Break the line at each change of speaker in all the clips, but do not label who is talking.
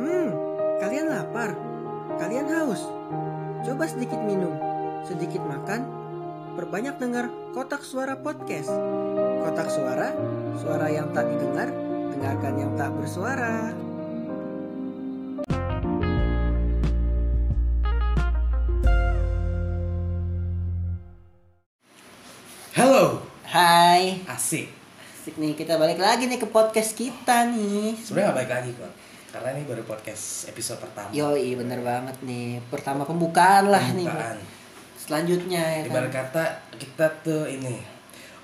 Hmm, lapar. Kalian haus. Coba sedikit minum, sedikit makan, perbanyak dengar kotak suara podcast. Kotak suara, suara yang tak didengar, dengarkan yang tak bersuara.
Halo,
Hai,
asik.
asik nih kita balik lagi nih ke podcast kita nih.
Sebenarnya nggak baik lagi kok, karena ini baru podcast episode pertama.
Yoi, bener banget nih. Pertama pembukaan Iya lah nih.
Pembukaan.
Selanjutnya ya kan.
Ibarat kata kita tuh ini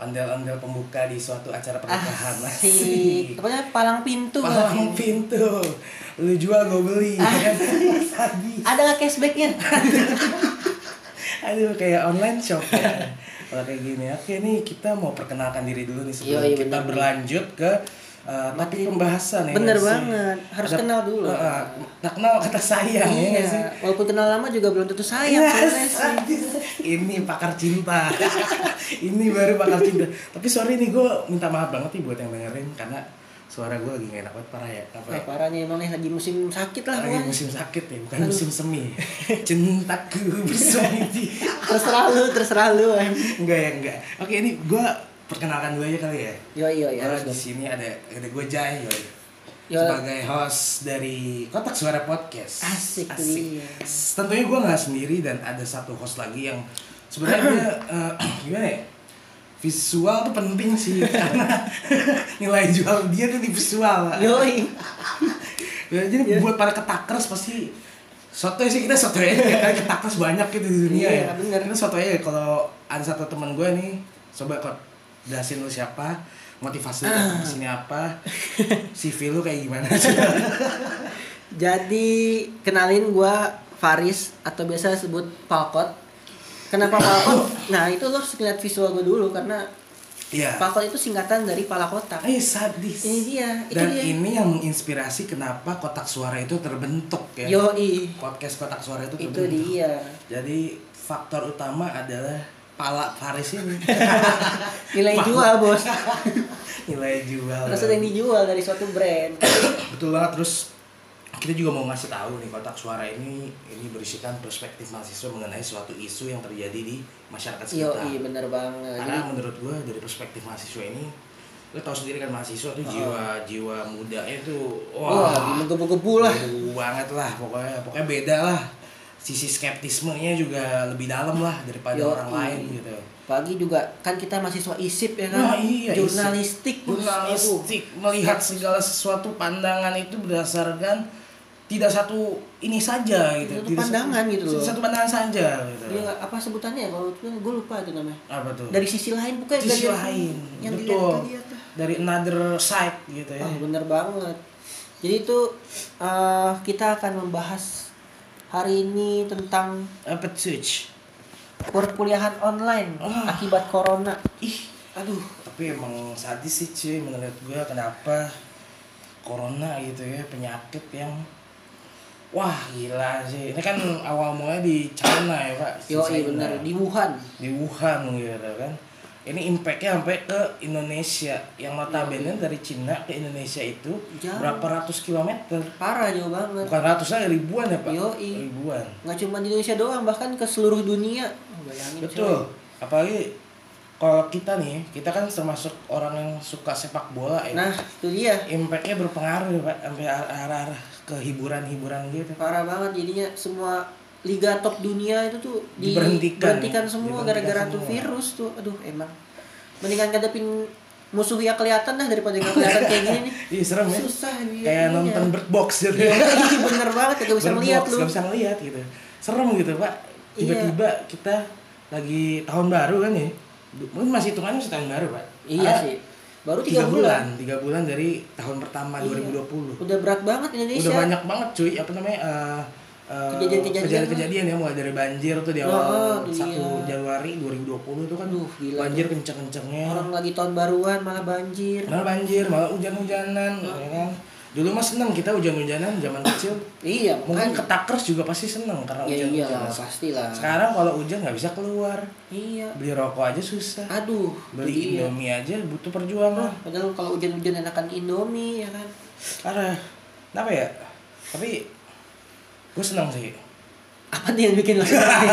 ondel-ondel pembuka di suatu acara pernikahan.
Asik. Pokoknya palang pintu.
Palang
kan?
pintu. Lu jual gue beli. ya kan? Tadi.
Ada nggak cashbacknya?
Aduh kayak online shop ya. Kalau kayak gini, oke nih kita mau perkenalkan diri dulu nih sebelum
Yoi,
kita
bener.
berlanjut ke uh,
Materi-
topik pembahasan ya.
Bener
nggak sih?
banget. Harus kenal dulu.
Uh, uh, tak kenal kata sayang ya nggak sih?
Iya, walaupun kenal lama juga belum tentu sayang
Yes.
sebenarnya sih.
Iya, ini pakar cinta ini baru pakar cinta tapi sorry nih gue minta maaf banget nih buat yang dengerin karena suara gue lagi gak enak banget parah ya apa
Nah,
ya?
parahnya emang nih lagi musim sakit lah
lagi
gua.
musim sakit ya bukan musim semi cintaku bersemi
Terserah lu, terserah lu. em.
enggak ya enggak oke ini gue perkenalkan dulu aja kali ya
Yoi, yoi,
Gua
harus
di sini ada ada gue Jai yoi.
Yo.
sebagai host dari Kotak Suara Podcast.
Asik, iya.
S- Tentunya gue nggak sendiri dan ada satu host lagi yang sebenarnya dia, eh, gimana ya? Visual tuh penting sih karena nilai jual dia tuh di visual.
Yoi.
Ya, Jadi
Iya.
buat para ketakers pasti soto sih kita soto ya karena ketakers banyak gitu di dunia
Iya,
ya.
bener.
Kita soto ya kalau ada satu teman gue nih coba kok jelasin lu siapa motivasi lu di sini apa CV lu kayak gimana
Jadi kenalin gua Faris atau biasa sebut Palkot. Kenapa Palkot? Nah, itu lo harus lihat visual gua dulu karena
Iya.
Palkot itu singkatan dari pala kotak.
Eh sadis.
Ini dia, itu
Dan
dia.
ini yang menginspirasi kenapa kotak suara itu terbentuk ya.
Yoi.
Podcast kotak suara itu
Itu
terbentuk.
dia.
Jadi faktor utama adalah pala Faris ini.
Nilai jual, Bos.
Nilai jual.
Harus ada yang dijual dari suatu brand.
Betul banget terus kita juga mau ngasih tahu nih kotak suara ini ini berisikan perspektif mahasiswa mengenai suatu isu yang terjadi di masyarakat sekitar.
Yoi, bener banget. Jadi,
Karena menurut gue dari perspektif mahasiswa ini lo tau sendiri kan mahasiswa tuh jiwa jiwa mudanya tuh
wah,
wah
menggebu-gebu lah.
Jauh banget lah pokoknya pokoknya beda lah sisi skeptismenya juga lebih dalam lah daripada
Yoi.
orang lain gitu
Pagi juga kan kita mahasiswa isip ya kan?
Nah, iya,
jurnalistik. Bos.
jurnalistik melihat segala sesuatu pandangan itu berdasarkan tidak satu ini saja gitu
Satu
Tidak
pandangan gitu loh.
satu pandangan saja gitu
Aduh. Dia nggak- apa sebutannya ya kalau gue lupa itu namanya.
apa tuh
Dari sisi lain bukan dari
sisi lain
yang
betul
dilihat lah.
dari another side gitu ya
Oh, bener banget. Jadi itu eh, kita akan membahas hari ini tentang
apa tuh
perkuliahan online
Ah.
akibat corona.
ih aduh tapi emang sadis sih cuy menurut gue kenapa corona gitu ya penyakit yang wah gila sih ini kan awal mulanya di China ya pak Di
Yo,
China.
bener di Wuhan.
di Wuhan gitu kan ini impactnya sampai ke Indonesia yang notabene dari Cina ke Indonesia itu
Jauh.
berapa ratus kilometer
Parah jauh banget.
bukan ratusan ribuan ya pak
Yoi.
ribuan
Nggak cuma di Indonesia doang, bahkan ke seluruh dunia. Bayangin,
Betul. Apalagi kalau kita nih, kita kan termasuk orang yang suka sepak bola
coy.
ya.
Nah, itu dia.
Impactnya berpengaruh ya, Pak, sampai ar- arah-arah ke hiburan-hiburan gitu.
Parah banget jadinya semua liga top dunia itu tuh di-
Diberhentikan.
berhentikan semua
Diberhentikan
gara-gara tuh
semua.
virus tuh. Aduh, emang. Mendingan ngadepin musuh yang kelihatan dah daripada yang nggak kelihatan kayak gini nih.
Ih, serem ya.
Susah nih.
Kayak nonton Bird Box gitu. ya.
bener banget kagak bisa
Bird
ngeliat
Box,
lu.
nggak bisa ngeliat gitu. Serem gitu, Pak. Tiba-tiba
Iya.
kita lagi tahun baru kan ya. Du- Mungkin masih hitungannya masih tahun baru, Pak.
Iya
Ah,
sih. Baru
Tiga
tiga bulan.
bulan, tiga bulan dari tahun pertama 2020.
Udah berat banget Indonesia.
udah banyak banget cuy apa namanya eh, eh,
Kejadian-kejadian
kejadian-kejadian ya mulai dari banjir tuh di awal
Oh, iya.
1 Januari 2020 tuh kan
Duh, gila
banjir kenceng-kencengnya
Orang lagi tahun baruan malah banjir.
malah banjir malah hujan-hujanan ya kan dulu mah seneng kita hujan-hujanan zaman kecil
Iya,
mungkin
makanya.
ketakers juga pasti seneng
Ya
karena
iya
hujan-hujanan
pastilah.
sekarang kalau hujan nggak bisa keluar
Iya.
beli rokok aja susah
Aduh,
beli
jadi ya.
indomie aja butuh perjuangan
Padahal kalau hujan-hujan enakan Indomie ya kan.
Parah. Kenapa ya? Tapi gue seneng sih
Apa nih yang bikin lo senang?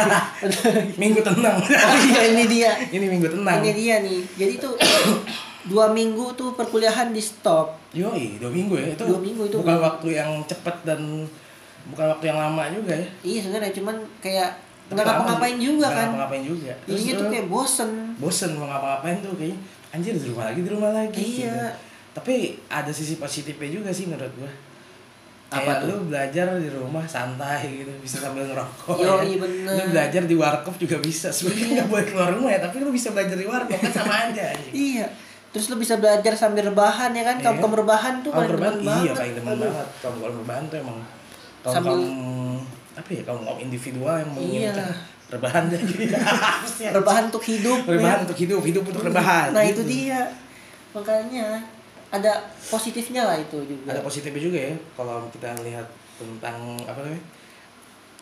minggu tenang
Oh iya ini dia.
ini minggu tenang
Ini dia nih. Jadi tuh dua minggu tuh perkuliahan di stop.
yoi dua minggu ya itu
Dua minggu itu.
bukan waktu yang cepat dan bukan waktu yang lama juga ya
Iya sebenarnya cuman kayak
Tapi
nggak
lama
ngapa-ngapain
sih.
juga
Nggak
kan.
ngapa-ngapain juga Terus
Iya tuh
gua
kayak bosen.
bosen mau ngapa-ngapain tuh kayaknya anjir di rumah lagi di rumah lagi gitu.
Iya.
tapi ada sisi positifnya juga sih menurut gua
Apa
Kayak
tuh?
lu belajar di rumah santai gitu bisa sambil
Yoi,
ngerokok ya.
iya bener. Iya.
lu belajar di warkop juga bisa sebenarnya nggak boleh keluar rumah ya tapi lu bisa belajar di warkop kan sama aja anjing.
Iya. Terus lo bisa belajar sambil rebahan ya kan?
Iya.
Kamu kamu rebahan tuh
Kalau
paling
berbahan
demen
iya
banget.
paling demen
Aduh.
banget. Kalau kalau berbahan tuh emang kalau
Sambil-
kaum apa ya kaum kaum individual yang menginginkan
Iya.
rebahan jadi harusnya
Rebahan untuk hidup.
rebahan
ya.
untuk hidup hidup untuk rebahan.
Nah
gitu.
itu dia. Makanya ada positifnya lah itu juga.
Ada positifnya juga ya kalau kita lihat tentang apa namanya?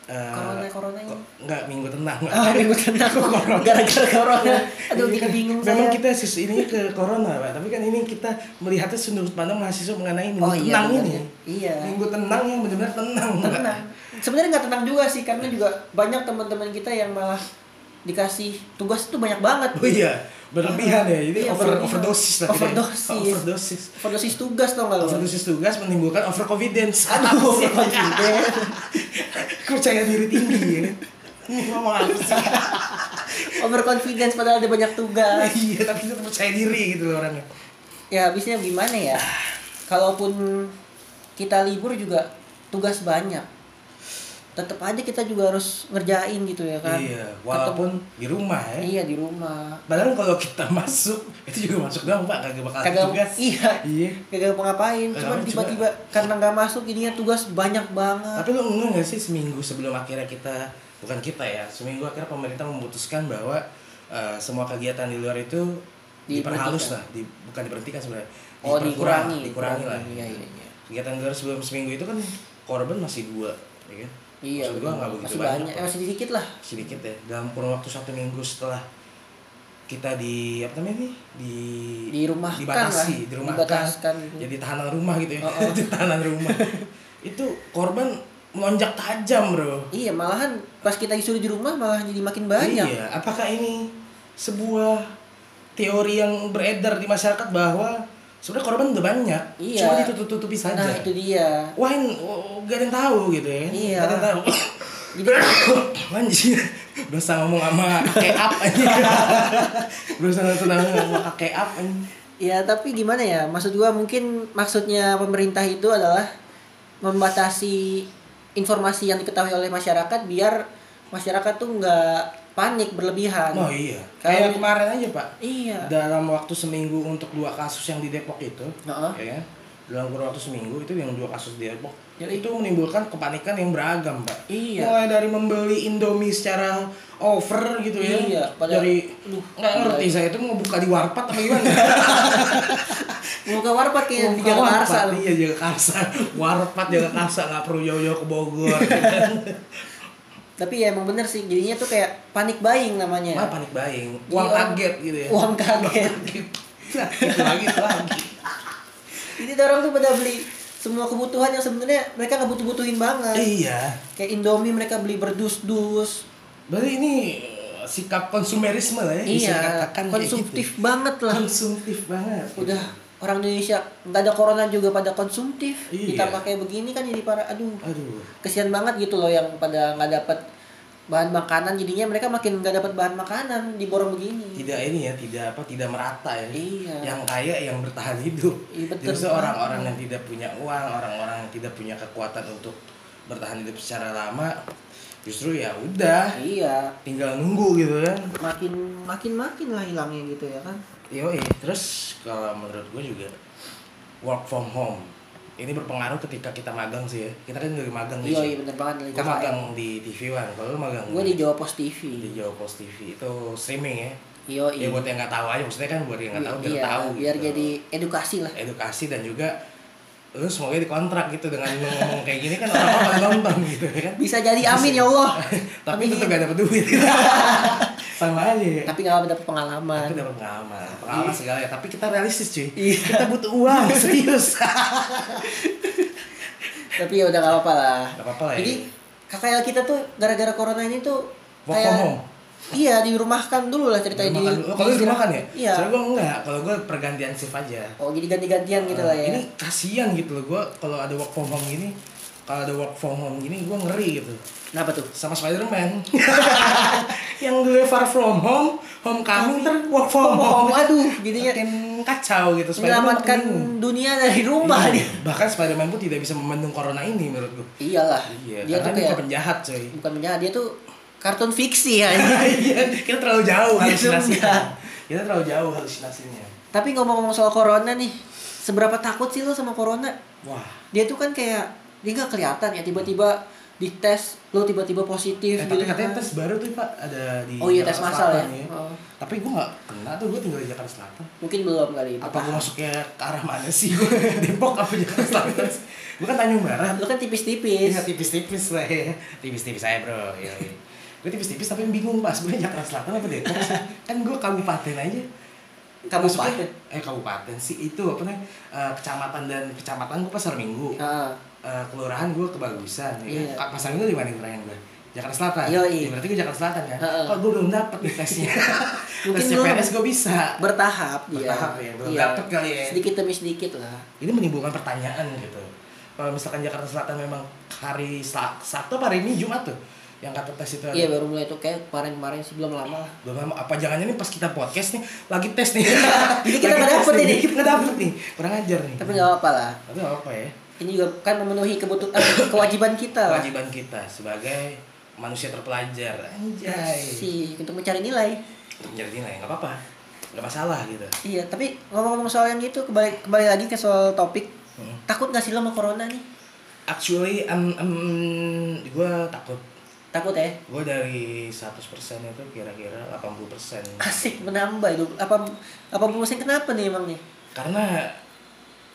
eh,
Corona-corona ini.
ko- Enggak, minggu tenang.
Ah, minggu tenang gara-gara corona. Iya. Aduh, bikin bingung
Memang
saya.
kita sis ini ke corona, Pak. Tapi kan ini kita melihatnya sudut pandang mahasiswa mengenai minggu
Oh, iya,
tenang
benar
ini.
ya. Iya.
Minggu tenang yang benar-benar tenang. Pak.
tenang. Sebenarnya nggak tenang juga sih karena juga banyak teman-teman kita yang malah dikasih tugas tuh banyak banget.
Oh iya, berlebihan ya.
Iya,
Jadi over,
berlebihan.
overdosis lah. kita ya.
Overdosis.
Overdosis.
Overdosis tugas tau nggak lo?
Overdosis tugas menimbulkan overconfidence.
Aduh,
Apa sih?
overconfidence.
Percaya diri tinggi ya. Ini ngomong apa sih?
Overconfidence padahal ada banyak tugas.
iya, tapi itu percaya diri gitu loh orangnya.
Ya habisnya gimana ya? Kalaupun kita libur juga tugas banyak. Tetap aja kita juga harus ngerjain gitu ya kan.
Iya, walaupun di rumah
Ketemu-
ya.
iya di rumah.
Padahal kalau kita masuk, itu juga masuk doang, Pak. Kagak bakal
Kagak
tugas.
iya.
Iya.
Kagak mau ngapain,
Kagak
cuman
ngapain, cuma-
tiba-tiba karena nggak masuk jadinya tugas banyak banget.
Tapi lu enggak nggak sih seminggu sebelum akhirnya kita bukan kita ya seminggu akhirnya pemerintah memutuskan bahwa eh, semua kegiatan di luar itu diperhalus lah, di, bukan diberhentikan sebenarnya.
Oh,
Diperkurang,
dikurangi.
dikurangi lah.
Iya, iya, iya.
Kegiatan di luar sebelum seminggu itu kan korban masih dua, ya kan?
Iya,
Maksud gua
betul.
nggak begitu
masih
banyak.
banyak, eh, masih sedikit lah.
sedikit ya dalam kurun waktu satu minggu setelah kita di apa namanya nih di
Dirumahkan
dibatasi
lah.
dirumahkan
Dibataskan.
jadi tahanan rumah gitu ya
Oh, oh.
Jadi tahanan rumah itu korban melonjak tajam bro
Iya, malahan pas kita disuruh di rumah malah jadi makin banyak.
iya apakah ini sebuah teori yang beredar di masyarakat bahwa sebenarnya korban udah banyak
Iya.
cuma ditutup-tutupi saja
Nah, itu dia.
wah ini oh, gak ada yang tahu gitu ya
Iya.
gak ada yang tahu
Jadi
anjir berasa ngomong sama kakek up anjir berasa tenang ngomong sama kakek up anjir
ya tapi gimana ya? Maksud gua mungkin maksudnya pemerintah itu adalah membatasi informasi yang diketahui oleh masyarakat biar masyarakat tuh nggak panik berlebihan.
oh iya
Kayak-
kayak kemarin aja pak
Iya.
dalam waktu seminggu untuk dua kasus yang di Depok itu
Heeh.
ya dalam kurun waktu seminggu itu yang dua kasus di Depok
Jadi-
itu menimbulkan kepanikan yang beragam pak
Iya.
mulai dari membeli Indomie secara over gitu ya
Iya, padahal-
dari
Aduh,
nggak ngerti saya itu mau buka di warpat apa gimana
Buka warpat kayak di
Buka
Jakarta.
Oh, warpat, iya Jakarta warpat Jakarta nggak perlu jauh-jauh ke Bogor Iya.
Tapi ya emang bener sih, jadinya tuh kayak panic buying namanya.
Malah panik buying
Jadi
uang
orang-
kaget gitu ya
Uang kaget.
Nah, itu lagi itu lagi
Jadi tuh orang tuh pada beli semua kebutuhan yang sebenarnya mereka nggak butuh-butuhin banget.
iya
Kayak Indomie mereka beli berdus-dus.
berarti ini eh, sikap konsumerisme lah ya bisa
Iya,
dikatakan kayak
konsumtif
gitu.
banget lah.
konsumtif banget
Udah orang Indonesia nggak ada corona juga pada konsumtif.
Iya.
Kita pakai begini kan jadi para aduh.
aduh
Kesian banget gitu loh yang pada nggak dapat bahan makanan jadinya mereka makin nggak dapat bahan makanan diborong begini.
tidak ini ya tidak apa tidak merata ya
Iya.
yang kaya yang bertahan hidup
Iya, betul.
justru orang-orang yang tidak punya uang orang-orang yang tidak punya kekuatan untuk bertahan hidup secara lama justru ya udah
Iya,
tinggal nunggu gitu kan
makin makin makin lah hilangnya gitu ya kan.
Yoi, terus kalau menurut gue juga work from home ini berpengaruh ketika kita magang sih ya kita kan juga magang
Iya, iya
nih
bener banget nih.
gue magang di TV One kalau lu magang
Gue di Jawa Post TV.
di Jawa Post TV itu streaming ya
Iya,
ya buat yang nggak tahu aja maksudnya kan buat yang nggak tahu biar
Iya,
tahu
biar
gitu.
jadi edukasi lah.
edukasi dan juga lu semoga dikontrak gitu dengan lu ngomong kayak gini kan orang-orang pada nonton gitu ya kan
Bisa jadi amin ya Allah.
tapi ya, tetap gak dapet duit sama aja ya
Tapi nggak dapat pengalaman.
tapi dapat pengalaman pengalaman segala ya tapi kita realistis cuy
Iya.
kita butuh uang serius
Tapi ya udah nggak apa-apa lah.
Nggak apa-apa lah ya.
Jadi KKL kita tuh gara-gara corona ini tuh
Work from home?
Iya, dirumahkan dulu lah ceritanya
Rumah makan.
di.
Oh, kalau di rumah kan ya?
Iya.
Soalnya gue enggak, kalau gue pergantian shift aja.
Oh, jadi ganti-gantian gitu lah ya.
Ini kasihan gitu loh gue kalau ada work from home gini, kalau ada work from home gini gue ngeri gitu.
Kenapa tuh?
Sama Spiderman yang dulu far from home, homecoming ter work from home.
Oh, aduh, jadinya
Makin kacau gitu. Spider-Man
menyelamatkan
makin bingung.
dunia dari rumah
Iya.
dia.
Bahkan Spiderman pun tidak bisa membendung corona ini menurut gue.
Iyalah.
Iya,
dia tuh
karena dia
kayak
bukan penjahat coy.
bukan penjahat, dia tuh kartun fiksi ya.
Iya, kita terlalu jauh
Langsung Iya, enggak.
halusinasinya. Kita terlalu jauh halusinasinya.
Tapi ngomong-ngomong soal corona nih, seberapa takut sih lo sama corona?
Wah,
Dia tuh kan kayak dia nggak kelihatan ya tiba-tiba dites lo tiba-tiba positif
Eh,
gitu
tapi
kan.
katanya tes baru tuh pak ada di
Oh iya, tes
Jakarta
massal
Selatan
ya? Oh.
Tapi gue nggak kena tuh gue tinggal di Jakarta Selatan.
Mungkin belum kali.
Apa gue masuknya ke arah mana sih? Gue Depok apa Jakarta Selatan? gue kan Tanjung Barat.
Lo kan tipis-tipis.
Iya tipis-tipis lah ya, tipis-tipis aja bro. Iya, iya. gue tipis-tipis tapi bingung pak sebenarnya Jakarta Selatan apa Depok? sih? kan gue kabupaten aja.
Kabupaten?
Masuknya- Eh kabupaten sih itu apa namanya eh, kecamatan dan kecamatan gue pasar minggu.
Ah,
Eh, kelurahan gue kebagusan ya.
Iya.
kan? Pasar Minggu di mana yang terakhir gue? Jakarta Selatan.
Yoi.
Ya, berarti gue Jakarta Selatan kan.
Heeh.
Kok gue belum dapet nih tesnya.
Mungkin
Tes
lu-
CPNS gue bisa.
bertahap dia. Iya.
Bertahap ya, belum dapet kali ya.
Sedikit demi sedikit lah.
Ini menimbulkan pertanyaan gitu. Kalau misalkan Jakarta Selatan memang hari Sa- Sabtu apa hari ini Jumat tuh yang kata tes itu ada.
Iya baru mulai tuh kayak kemarin-kemarin sih belum lama lah.
Belum lama, apa jangan ini pas kita podcast nih lagi tes nih.
Iya. Jadi kita
Lagi
nggak
tes
dapet
nih,
ini.
jadi Kita nggak dapet nih. Kurang ajar nih.
Tapi nggak apa-apa lah.
Tapi nggak apa ya.
Ini juga kan memenuhi kebutuhan kewajiban kita lah.
Kewajiban kita sebagai manusia terpelajar. Anjay.
Si Iya untuk mencari nilai.
Untuk mencari nilai ya, nggak apa-apa. Nggak masalah gitu.
Iya, tapi ngomong-ngomong soal yang itu kembali kembali lagi ke soal topik.
Hmm.
Takut gak sih lo sama corona nih?
Actually, um, gue takut.
Takut ya?
Gue dari 100% itu kira-kira 80%.
Asik menambah itu. Apa apa pusing kenapa nih emang nih?
Karena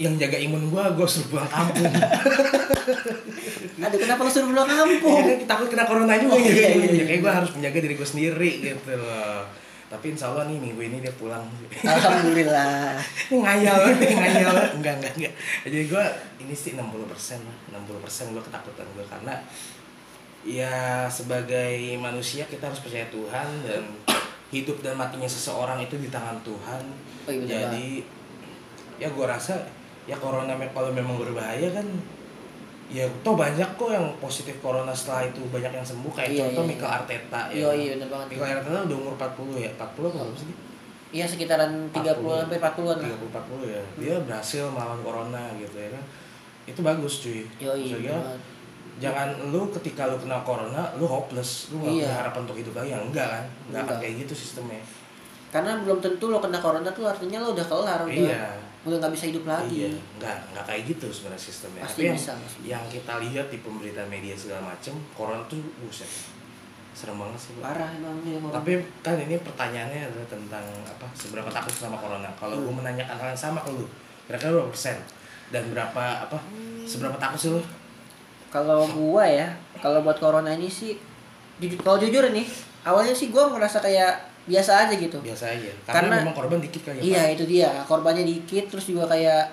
yang jaga imun gue, gue suruh pulang kampung.
Aduh, kenapa lo suruh pulang kampung?
Iya, takut kena corona juga
Oh,
yang jaga
iya,
imunnya.
iya,
Kayak gue harus menjaga diri gue sendiri gitu loh. Tapi insya Allah nih minggu ini dia pulang.
Alhamdulillah.
Ini ngayal, ini ngayal. Enggak, enggak, enggak. Jadi gue ini sih 60 persen lah. 60 persen gue ketakutan gue karena ya sebagai manusia kita harus percaya Tuhan dan hidup dan matinya seseorang itu di tangan Tuhan.
Oh, iya, benar
Jadi ya gue rasa ya corona me- kalau memang berbahaya kan ya toh banyak kok yang positif corona setelah itu banyak yang sembuh kayak
Iya,
contoh
iya,
Mikel
iya.
Arteta ya.
Iya, iya bener banget.
Mikel Arteta udah umur 40 ya. 40 apa berapa sih? dia?
Iya sekitaran 30 sampai 40-an lah.
30 40 ya. Dia berhasil melawan corona gitu ya kan. Itu bagus cuy.
Yo, iya.
Maksudnya,
bener banget.
jangan lu ketika lu kena corona lu hopeless, lu enggak
Iya.
punya harapan untuk hidup lagi ya enggak kan? Enggak akan
Enggak.
kayak gitu sistemnya.
Karena belum tentu lo kena corona tuh artinya lo udah kelar, udah
Iya.
udah nggak bisa hidup
Iya,
lagi.
enggak, enggak kayak gitu sebenarnya sistemnya.
Pasti
yang,
bisa, pasti
yang kita lihat di pemberitaan media segala macem, corona tuh buset. Serem banget sih. Bang.
Parah emang dia corona.
Tapi kan ini pertanyaannya adalah tentang apa seberapa takut sama corona. Kalau
Hmm.
gue menanyakan hal yang sama ke lu, kira-kira berapa persen? Dan berapa apa
Hmm.
seberapa takut sih lu?
Kalau gua ya, kalau buat corona ini sih jujur, kalau jujur nih, awalnya sih gua ngerasa kayak biasa aja gitu.
Biasa aja. Karena,
Karena-
memang korban dikit kali ya. Pak?
Iya, itu dia. Korbannya dikit terus juga kayak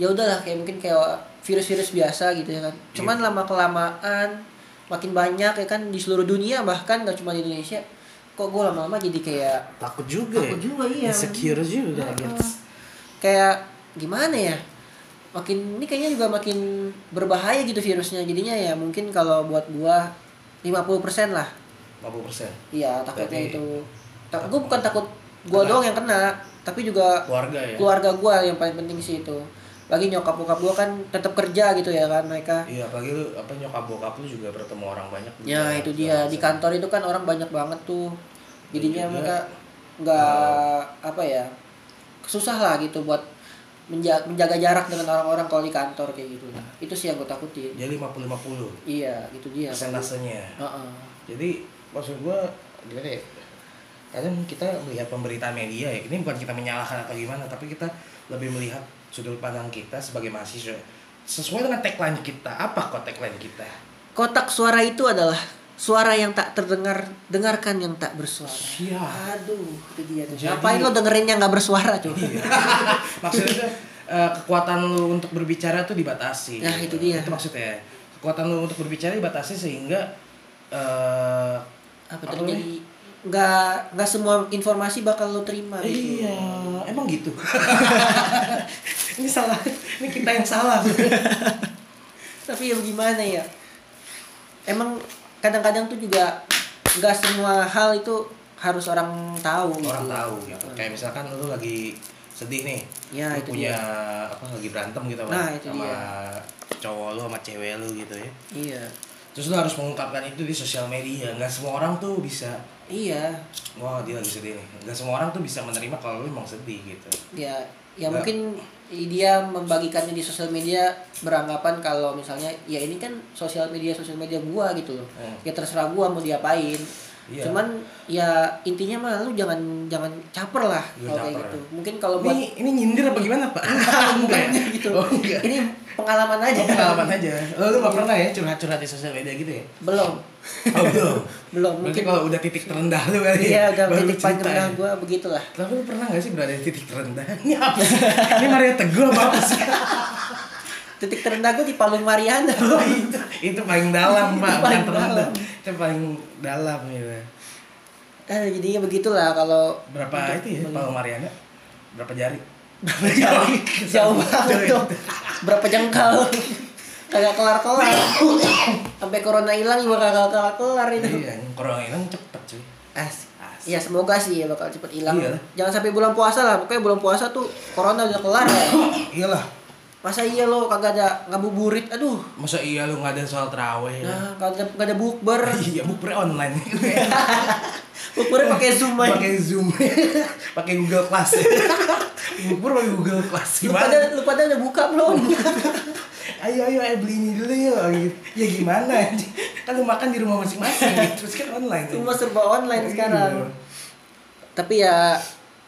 ya udahlah kayak mungkin kayak virus-virus biasa gitu ya kan. Cuman lama kelamaan makin banyak ya kan di seluruh dunia bahkan gak cuma di Indonesia. Kok gua lama-lama jadi kayak
Takut juga.
Takut
ya?
juga, iya.
Insecure juga gitu.
kayak gimana ya? Makin ini kayaknya juga makin berbahaya gitu virusnya. Jadinya ya mungkin kalau buat gua 50% lah
40 persen.
Iya takutnya
Tapi-
itu. Tak, gue bukan takut gue doang yang kena, tapi juga
Keluarga ya.
Iya. keluarga gue yang paling penting sih itu. Lagi nyokap bokap gue kan tetap kerja gitu ya kan mereka.
Iya, apalagi lu apa nyokap bokap lu juga bertemu orang banyak.
Ya
juga.
itu dia di kantor itu kan orang banyak banget tuh. Jadinya
juga,
mereka nggak apa ya susah lah gitu buat menja- menjaga, jarak dengan orang-orang kalau di kantor kayak gitu. Itu sih yang gue takutin.
Jadi 50 50
Iya gitu dia.
persentasenya.
Heeh.
jadi maksud gua gimana ya kadang kita melihat pemberitaan media ya ini bukan kita menyalahkan atau gimana tapi kita lebih melihat sudut pandang kita sebagai mahasiswa sesuai dengan tagline kita apa kok tagline kita
Kotak suara itu adalah suara yang tak terdengar, dengarkan yang tak bersuara.
iya
Aduh, itu dia tuh.
Jadi- Iya.
Ngapain lo dengerin yang nggak bersuara tuh?
maksudnya tuh, eh, kekuatan lu untuk berbicara tuh dibatasi
Nah, itu dia.
itu maksudnya kekuatan lu untuk berbicara dibatasi sehingga eh
apa
Apa
terjadi nggak nggak semua informasi bakal lo terima gitu
iya emang gitu ini salah ini kita yang salah
tapi ya gimana ya emang kadang-kadang tuh juga nggak semua hal itu harus orang tahu
orang
gitu.
tahu gitu. kayak misalkan lu lagi sedih nih
ya
lu
itu
punya
dia.
apa lagi berantem gitu sama,
Nah, itu
sama
dia.
cowok lu sama cewek lu gitu ya
iya
terus lu harus mengungkapkan itu di sosial media nggak semua orang tuh bisa
iya
wah dia lagi sedih nih nggak semua orang tuh bisa menerima kalau lu emang sedih gitu
ya ya
Nggak.
mungkin dia membagikannya di sosial media beranggapan kalau misalnya ya ini kan sosial media sosial media gua gitu loh
Hmm.
ya terserah gua mau diapain
Iya.
cuman ya intinya mah lu jangan jangan caper lah
Jangan
kalau kayak
caper.
gitu mungkin kalau buat
ini ini nyindir apa gimana pak
bukan gitu
oh, enggak
ini pengalaman aja
Oh, pengalaman aja lo lu nggak pernah ya curhat-curhat di sosial media gitu ya
belum
oh belum
belum
mungkin
mungkin
kalau udah titik terendah lu kali ya,
iya udah
baru
titik
cerita
paling rendah
ya.
gue begitulah
Tapi lu pernah gak sih berada di titik terendah? Ini apa sih? Ini Maria Teguh apa, apa sih?
titik terendah gue di Palung Mariana
Oh, itu, itu paling
Iya.
dalam, Pak.
Itu
Bukan
paling
terendah.
dalam.
Itu paling dalam gitu.
eh, jadinya begitulah kalau
Berapa itu ya, Pak Mariana? Berapa jari? Berapa
jauh, jauh banget tuh berapa jengkal kagak kelar kelar sampai corona hilang juga kagak kelar kelar itu
Iya, yang corona hilang cepet cuy.
As.
Asik.
Ya semoga sih ya bakal cepet hilang.
Iya.
Jangan sampai bulan puasa lah. Pokoknya bulan puasa tuh corona udah kelar ya.
Iyalah.
Masa iya lo kagak ada ngabuburit. Aduh.
Masa iya lu gak ada soal terawih?
Nah, kagak ada, kagak ada bukber.
Iya, bukber online.
Bukbernya pakai Zoom aja.
Oh. pakai Zoom. pakai Google Class. bukber pakai Google Class.
Lu
Gimana?
pada, lu pada udah buka belum?
ayo ayo ayo beli ini dulu yuk gitu. ya gimana anjing? kan lu makan di rumah masing-masing gitu. terus kan online Oh,
Semua serba
Iya.
online sekarang. Tapi ya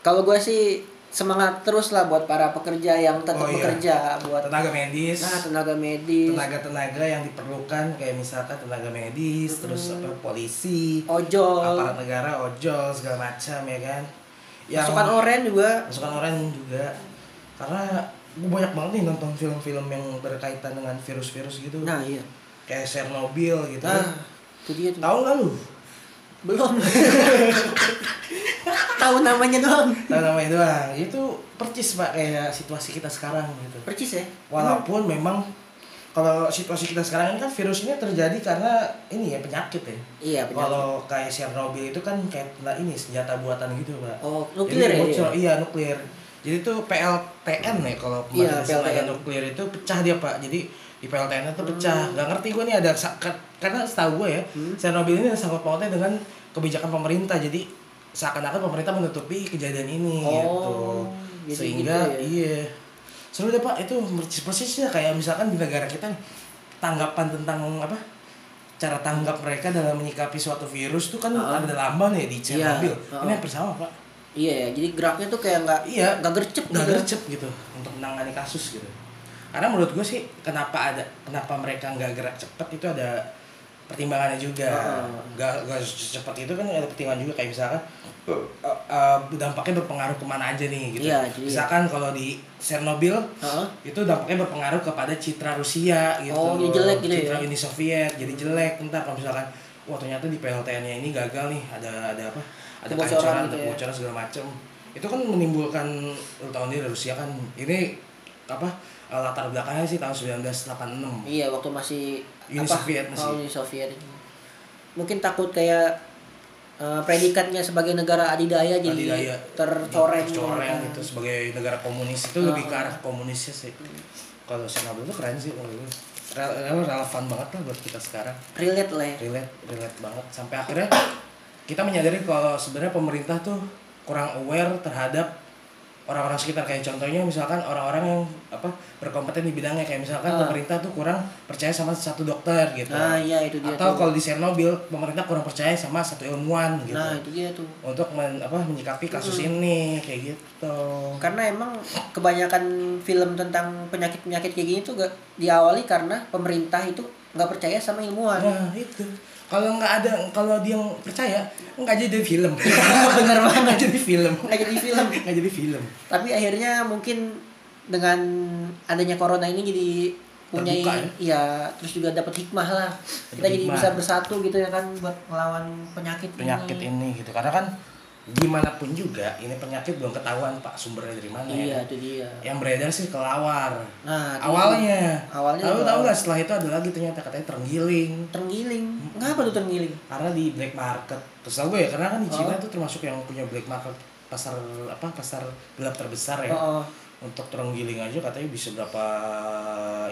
kalau gue sih semangat terus lah buat para pekerja yang tetap
Oh, iya.
bekerja, buat
tenaga medis
nah tenaga medis,
tenaga-tenaga yang diperlukan kayak misalkan tenaga medis terus apa polisi
ojol,
aparat negara ojol segala macam ya kan yang
masukan oren juga.
masukan orang juga karena gue banyak banget nih nonton film-film yang berkaitan dengan virus-virus gitu
Nah iya.
kayak Chernobyl gitu
Nah, itu dia tuh.
tahu nggak lu
Belum. Tahu namanya doang.
tahu Nah, namanya doang itu percis pak kayak situasi kita sekarang gitu
Percis ya.
Walaupun memang kalau situasi kita sekarang ini kan virus ini terjadi karena ini ya penyakit ya.
Iya benar.
Kalau kayak Chernobyl itu kan kayak nah ini senjata buatan gitu, Pak.
Oh
Jadi
nuklir ya.
bocor,
dia?
Iya, nuklir. Jadi itu PLTN ya kalau
Iya,
kemarin tenaga
PLTN.
nuklir itu pecah dia, Pak. Jadi di PLTN itu pecah.
Hmm.
Gak ngerti gue nih ada sa- ka- karena setahu gue ya, Chernobyl ini ada sangkut pautnya dengan kebijakan pemerintah. Jadi seakan-akan pemerintah menutupi kejadian ini
Oh,
gitu.
jadi
Sehingga
gitu ya.
iya. Seru deh Pak, itu persis persisnya kayak misalkan di negara kita tanggapan tentang apa? cara tanggap mereka dalam menyikapi suatu virus tuh kan
Ah.
ada lambang ya di Chernobyl.
ah.
Ini hampir sama, Pak.
Iya ya. Jadi geraknya tuh kayak nggak
Iya,
nggak gercep
nggak
gitu.
gercep gitu untuk menangani kasus gitu karena menurut gue sih kenapa ada kenapa mereka nggak gerak cepet itu ada pertimbangannya juga
Heeh.
nggak nggak cepet itu kan ada pertimbangan juga kayak misalkan eh, eh, dampaknya berpengaruh kemana aja nih gitu
Iya, jadi-
misalkan kalau di Chernobyl
Heeh.
itu dampaknya berpengaruh kepada citra Rusia gitu
Oh, jadi jelek gitu
citra
ya?
Uni Soviet jadi jelek entar kalau misalkan wah ternyata di PLTN-nya ini gagal nih ada ada apa ada
Kebocoran
kebocoran
gitu ya.
kebocoran segala macam itu kan menimbulkan lu tahu nih Rusia kan ini apa eh, latar belakangnya sih tahun 1986
Iya waktu masih
Uni Soviet masih.
Oh, Uni Soviet. Mungkin takut kayak eh, predikatnya sebagai negara adidaya jadi
Adidaya.
tercoreng.
tercoreng
Nah,
gitu sebagai negara komunis itu
Oh.
lebih ke arah komunisnya sih
Hmm.
kalau Chernobyl itu keren sih kalau gue. Rel- rel- relevan banget lah buat kita sekarang
Relate lah. ya.
relate relate banget sampai akhirnya kita menyadari kalau sebenarnya pemerintah tuh kurang aware terhadap orang-orang sekitar kayak contohnya misalkan orang-orang yang apa berkompeten di bidangnya kayak misalkan
Ah.
pemerintah tuh kurang percaya sama satu dokter gitu
Nah iya itu dia.
atau
tuh.
kalau di Chernobyl pemerintah kurang percaya sama satu ilmuwan gitu
Nah Hmm. itu dia tuh.
untuk men, apa menyikapi kasus ini kayak gitu
Karena emang kebanyakan film tentang penyakit-penyakit kayak gini tuh gak diawali karena pemerintah itu nggak percaya sama ilmuwan.
nah itu kalau nggak ada kalau dia yang percaya nggak jadi film
Bener banget.
nggak jadi film
Nggak jadi film.
nggak jadi film
Tapi akhirnya mungkin dengan adanya corona ini jadi punya
Terbuka ya?
iya terus juga dapat hikmah lah kita jadi
hikmah.
bisa bersatu gitu ya kan buat melawan penyakit
penyakit
Hmm.
ini gitu karena kan gimana pun juga ini penyakit belum ketahuan pak sumbernya dari mana ya.
iya itu dia
yang beredar sih kelawar
nah itu
awalnya
Awalnya
tahu
kelawar.
tahu nggak setelah itu ada lagi ternyata katanya terenggiling
terenggiling
Hmm.
kenapa tuh terenggiling
karena di black market terus tau gue ya karena kan di
Oh.
Cina tuh termasuk yang punya black market pasar apa pasar gelap terbesar ya
oh, oh.
untuk terenggiling aja katanya bisa berapa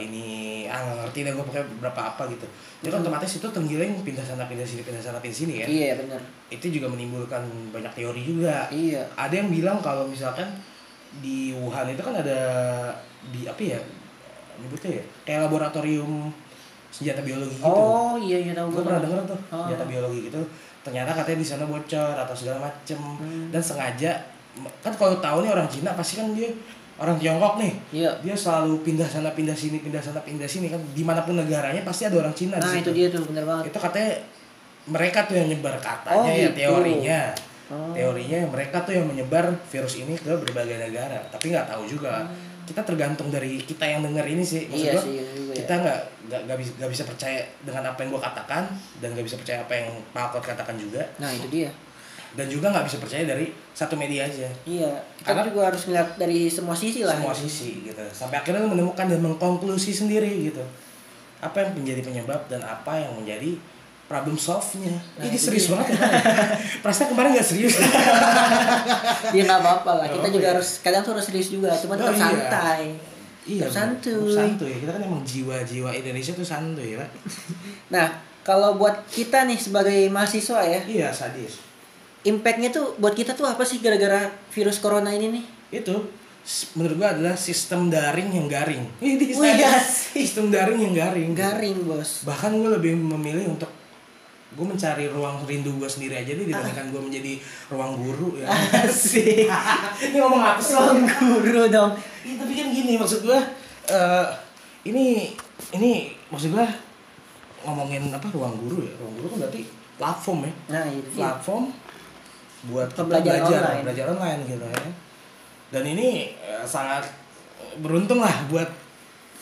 ini ah nggak ngerti deh gue pokoknya berapa apa gitu jadi kan otomatis itu terenggiling pindah sana pindah sini pindah sana pindah sini ya
Hmm. iya benar
itu juga menimbulkan banyak teori juga
iya
ada yang bilang kalau misalkan di Wuhan itu kan ada di apa ya nyebutnya ya kayak laboratorium senjata biologi gitu
oh iya iya tahu
gue
gue
pernah denger tuh
Oh.
senjata biologi gitu ternyata katanya di sana bocor atau segala macem
Hmm.
dan sengaja kan kalau tahu nih orang Cina pasti kan dia orang Tiongkok nih
iya
dia selalu pindah sana pindah sini pindah sana pindah sini kan dimanapun negaranya pasti ada orang Cina
nah
di
itu
situ Gitu.
dia tuh benar banget
itu katanya mereka tuh yang nyebar
Oh,
katanya ya
gitu.
teorinya
Oh.
teorinya mereka tuh yang menyebar virus ini ke berbagai negara tapi nggak tahu juga kita tergantung dari kita yang denger ini sih
Hmm.
maksud
iya
gua,
sih iya juga ya.
kita nggak nggak nggak bisa nggak bisa percaya dengan apa yang gue katakan dan nggak bisa percaya apa yang Pak Akot katakan juga
nah itu dia
dan juga nggak bisa percaya dari satu media aja
iya kita
Karena-
juga harus ngeliat dari semua sisi lah ya.
semua sisi gitu sampai akhirnya lu menemukan dan mengkonklusi sendiri gitu apa yang menjadi penyebab dan apa yang menjadi problem solve-nya
Nah,
ini
itu
serius banget ya perasaan kemarin nggak serius
Iya nggak apa-apa lah.
Nggak
Kita
apa-apa
juga
ya.
harus kadang tuh harus serius juga, cuma
Oh,
tetap
iya.
santai.
iya
Tetap santuy.
tetap santuy kita kan emang jiwa-jiwa Indonesia tuh santuy Pak.
Nah, kalau buat kita nih sebagai mahasiswa ya,
iya sadis
impactnya tuh buat kita tuh apa sih gara-gara virus corona ini nih?
itu s- menurut gua adalah sistem daring yang garing ini
Wih,
saya-
asik.
sistem daring yang garing
Oh, iya, Garing bos.
bahkan gue lebih memilih untuk gue mencari ruang rindu gue sendiri aja nih dibandingkan gue menjadi ruang guru ya
Asik.
ini ngomong apa sih
Ruang guru dong.
Ya, tapi kan gini maksud gue eh, ini ini maksud gue ngomongin apa ruang guru ya ruang guru kan berarti platform ya
Nah itu dia.
platform buat kita
Pembelajaran
belajar
online.
belajar online gitu ya dan ini eh, sangat beruntung lah buat